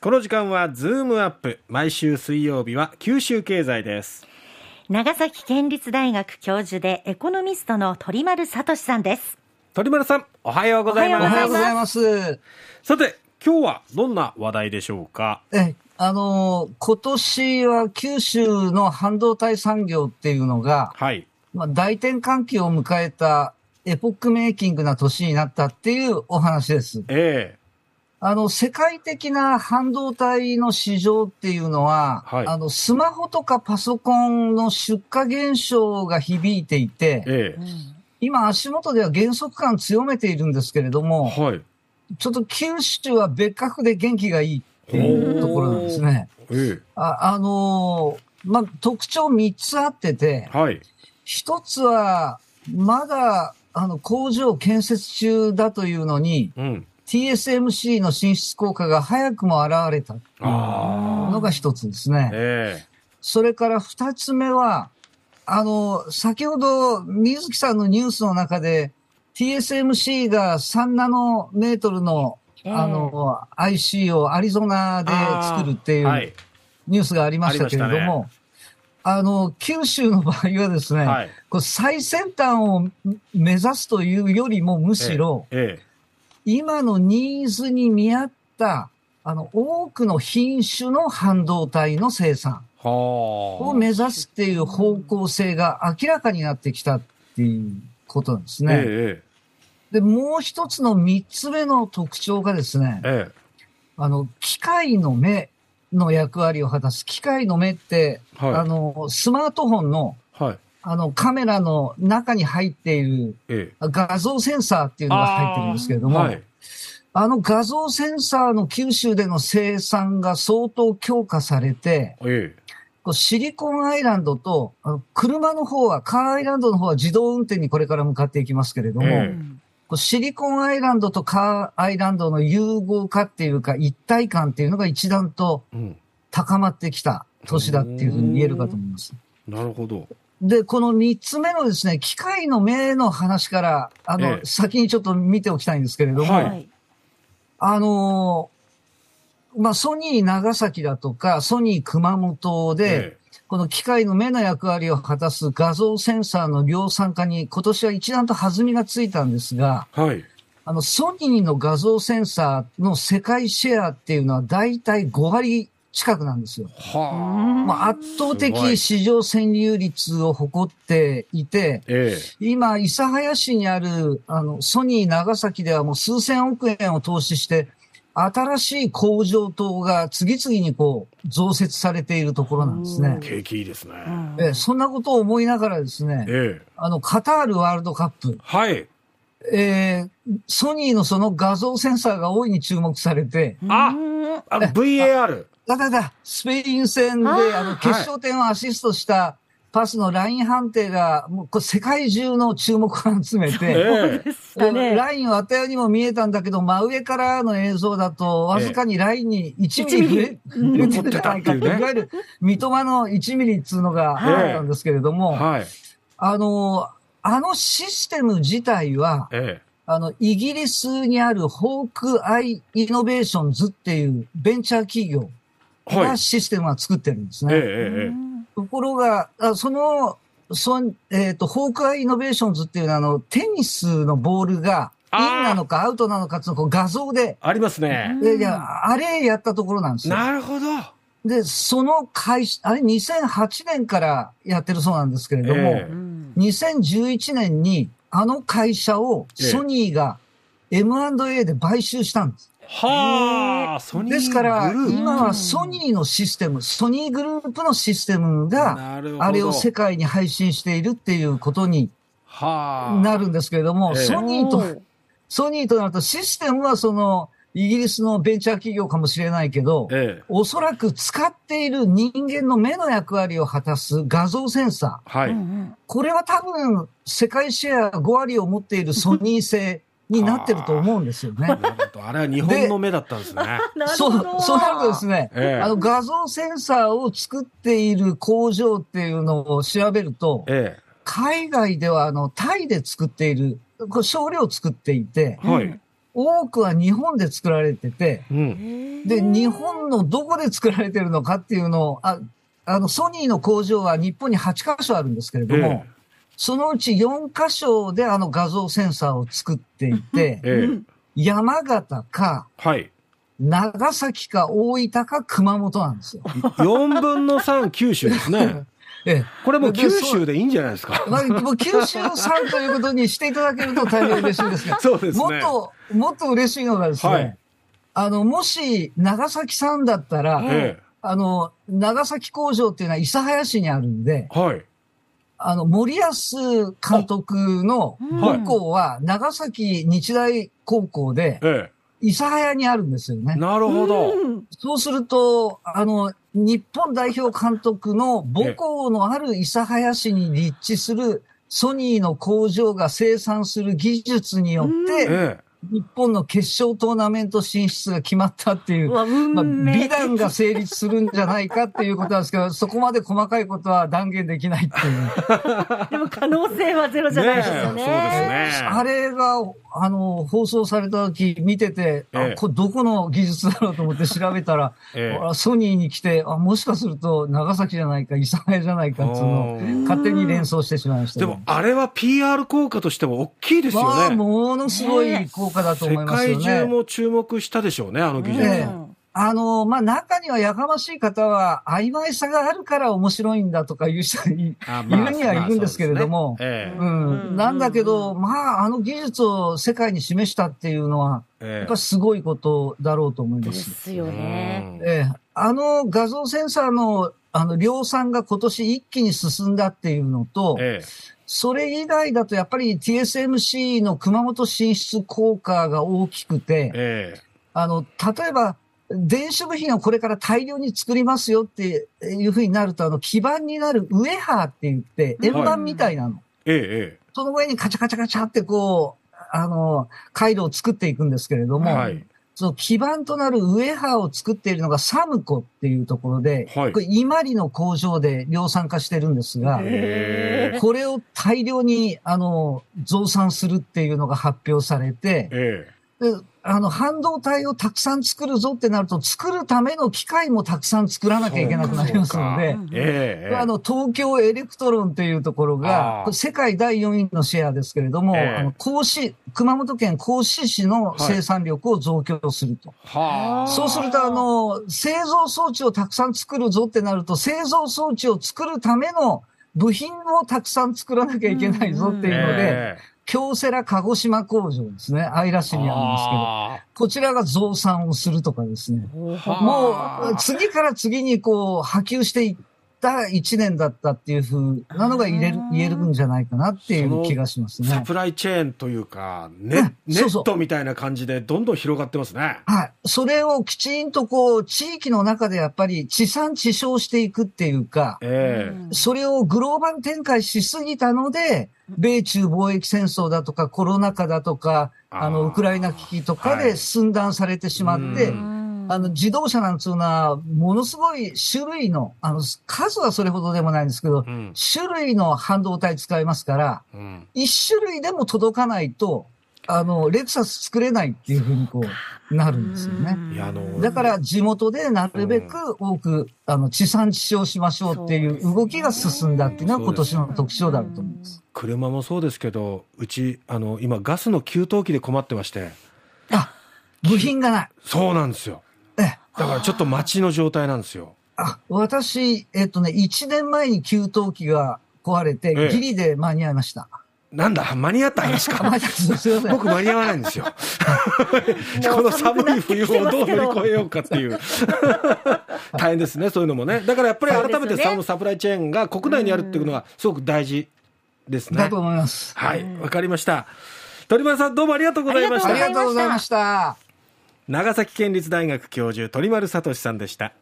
この時間はズームアップ毎週水曜日は九州経済です長崎県立大学教授でエコノミストの鳥丸聡さんです鳥丸さんおはようございますおはようございますます。さて今日はどんな話題でしょうかえ、あのー今年は九州の半導体産業っていうのが、はいまあ、大転換期を迎えたエポックメイキングな年になったっていうお話です。えあの、世界的な半導体の市場っていうのは、はいあの、スマホとかパソコンの出荷減少が響いていえて、え今足元では減速感強めているんですけれどえも、はいちょっと九州は別格で元気がいいっていうところなんですね。えあ、あのーまあ、特徴3つあっててえ、はい1つは、まだ、あの、工場建設中だというのに、うん TSMC の進出効果が早くも現れたあのが1つですね。えそれから2つ目は、あの、先ほど、水木さんのニュースの中で、TSMC が3ナノメートルの、ええあの、IC をアリゾナで作るっえていう、はいニュースがありましたけれどありまも、あの、九州の場合はですね、はいこう最先端を目指すというよりもむしろ、え今のニーズに見合った、あの、多くの品種の半導体の生産えはをあ目指すっていう方向性が明らかになってきたっていうことなんですね。えで、もう一つの三つ目の特徴がですねえ、えあの、機械の目の役割を果たす。機械の目って、えはいあの、スマートフォンの、はいあの、カメラの中に入っているええ画像センサーっていうのが入ってるんですけれども、あ,、はいの画像センサーの九州での生産が相当強化されて、えこうシリコンアイランドと、あの車の方は、カーアイランドの方は自動運転にこれから向かっていきますけれども、ええこうシリコンアイランドとカーアイランドの融合化っていうか、一体感っていうのが一段とえうん高まってきた年だっていうふうに言えるかと思います。なるほどで、この三つ目のですね、機械の目の話から、あの、ええ先にちょっと見ておきたいんですけれども、はいはいあのーまあ、ソニー長崎だとか、ソニー熊本で、えこの機械の目の役割を果たす画像センサーの量産化に、今年は一段と弾みがついたんですが、えはいあの、ソニーの画像センサーの世界シェアっていうのは、だいたい5割近くなんですよ。はあまあ、圧倒すごい的市場占有率を誇っていて、ええ今、諫早市にあるあのソニー長崎ではもう数千億円を投資して、新しい工場等が次々にこう増設されているところなんですね。景気いいですねうんえそんなことを思いながらですね、ええあの、カタールワールドカップ、はいえーソニーのその画像センサーが大いに注目されて、あうんあ VAR だだだ、スペイン戦であーあの決勝点をアシストしたパスのライン判定が、もうこれ世界中の注目を集めて、そうでしたねラインはあったようにも見えたんだけど、真上からの映像だと、わずかにラインに1ミリ触れ触れてるじゃない残ってたっかって、ていうねいわゆる三笘の1ミリっつうのがはいあったんですけれども、はいあの、あのシステム自体は、えあの、イギリスにあるホークアイ・イノベーションズっていうベンチャー企業えはいがシステムは作ってるんですええね。えところが、あその、そんえっ、と、ホークアイイノベーションズっていうのは、あの、テニスのボールが、イあンーなのかアウトなのかっていうのをこう画像で、ありますねうんでいや、あれやったところなんですよ。なるほどで、その開始、あれ2008年からやってるそうなんですけれども、えうん2011年にあの会社をソニーが M&A で買収したんです。はあソニーですから、グループ今はソニーのシステム、ソニーグループのシステムが、なるほどあれを世界に配信しているっていうことにはあなるんですけれども、ええソニーとお、ーソニーとなるとシステムはその、イギリスのベンチャー企業かもしれないけど、ええおそらく使っている人間の目の役割を果たす画像センサー。はいうんうんこれは多分、世界シェア5割を持っているソニー製になってると思うんですよね。なるほどあれは日本の目だったんですねなるそほどう、そうなるとですね、ええあの画像センサーを作っている工場っていうのを調べると、え海外ではあのタイで作っている、これ少量作っていて、えはい多くは日本で作られてて、うん。で、日本のどこで作られてるのかっていうのを、ああの、ソニーの工場は日本に8カ所あるんですけれども、ええそのうち4カ所であの画像センサーを作っていて、ええ。山形か、はい。長崎か、大分か、熊本なんですよ。 4分の3、九州ですね。ええこれもうで九そう州でいいんじゃないです か。、まあ、もう九州産ということにしていただけると大変嬉しいんですがそうですねもっと、もっと嬉しいのがですね、はいあの、もし長崎産だったら、えあの、長崎工場っていうのは諫早市にあるんで、え。はい。あの、森保監督のうんはい母校は長崎日大高校で、え諫早にあるんですよえ。ね。なるほど。うんそうすると、あの、日本代表監督の母校のある諫早市に立地するソニーの工場が生産する技術によって、ええ。日本の決勝トーナメント進出が決まったっていうう、わ運まあ、命美談が成立するんじゃないかっていうことなんで すけど、そこまで細かいことは断言できないっていう。でも可能性はゼロじゃないですよね。ねえそうですねあれが、あの、放送された時見てて、ええあこれどこの技術だろうと思って調べたら、ええあソニーに来てあ、もしかすると長崎じゃないか、諫早じゃないかっていうのをあー勝手に連想してしまいましたでね、も、あれは PR 効果としても大きいですまよあ、ね。ものすごい効果だと思い世ますよ界ね。中も注目したでしょうね、あの技術。ええあの、まあ、中にはやかましい方は、曖昧さがあるから面白いんだとかいう人がいあいるにはいるんですけれどもまあそうですうねうんん、なんだけど、うまあ、あの技術を世界に示したっていうのは、えやえっぱすごいことだろうと思いでます。すよね。うんええ、あの画像センサーのあの量産が今年一気に進んだっていうのと、ええそれ以外だとやっぱり TSMC の熊本進出効果が大きくて、ええあの、例えば、電子部品をこれから大量に作りますよっていうふうになると、あの、基板になるウエハーって言って、円盤みたいなの。えええその上にカチャカチャカチャってこう、あの、回路を作っていくんですけれどえも、はい。その基盤となるウエハーを作っているのがサムコっていうところで、はいこれ伊万里の工場で量産化してるんですが、ええこれを大量に、あの、増産するっていうのが発表されて、ええであの、半導体をたくさん作るぞってなると、作るための機械もたくさん作らなきゃいけなくなりますのでそうかそう、かええあの、東京エレクトロンっていうところあーが、これ世界第4位のシェアですけれども、ええあの、甲子、熊本県甲子市の生産力を増強すると。はあそうすると、あの、製造装置をたくさん作るぞってなると、製造装置を作るための部品をたくさん作らなきゃいけないぞっていうので、え京セラ鹿児島工場ですね。アイラえ市にあるんですけど、こちらが増産をするとかですね。もはあう、次から次にこう、波及していった1年だったっていうふうなのが言えるあー言えるんじゃないかなっていう気がしますサね。プライチェーンというか、ねうんネそうそうットみたいな感じでどんどん広がってますね。はい。それをきちんとこう、地域の中でやっぱり地産地消していくっていうか、ええそれをグローバル展開しすぎたので、米中貿易戦争だとかコロナ禍だとか、あーあの、ウクライナ危機とかはいで寸断されてしまって、うんあの、自動車なんつうのは、ものすごい種類の、あの、数はそれほどでもないんですけど、うん種類の半導体使いますから、うん一種類でも届かないと、あの、レクサス作れないっていうふうにこう、なるんですよね。いやあのだから地元でなるべく多く、あの、地産地消しましょうっていう動きが進んだっていうのは今年の特徴だろうと思います。車もそうですけど、うち、あの、今ガスの給湯器で困ってまして、あ、部品がない。そうなんですよ。ええだからちょっと待ちの状態なんですよ。あ、私、えっとね、1年前に給湯器が壊れてええ、ギリで間に合いました。なんだ、間に合った話 あ、間にか。合いました。すいません。僕間に合わないん ですよ。この寒い冬をどう乗り越えようかっていう。 大変ですね、そういうのもね。だからやっぱり改めそうでてすねそのサプライチェーンが国内にあるっていうのはすごく大事ですねだと。思います。はい、わかりました。鳥丸さんどうもありがとうございましああたりりがとうございましたがとうございました。長崎県立大学教授鳥丸聡さんでした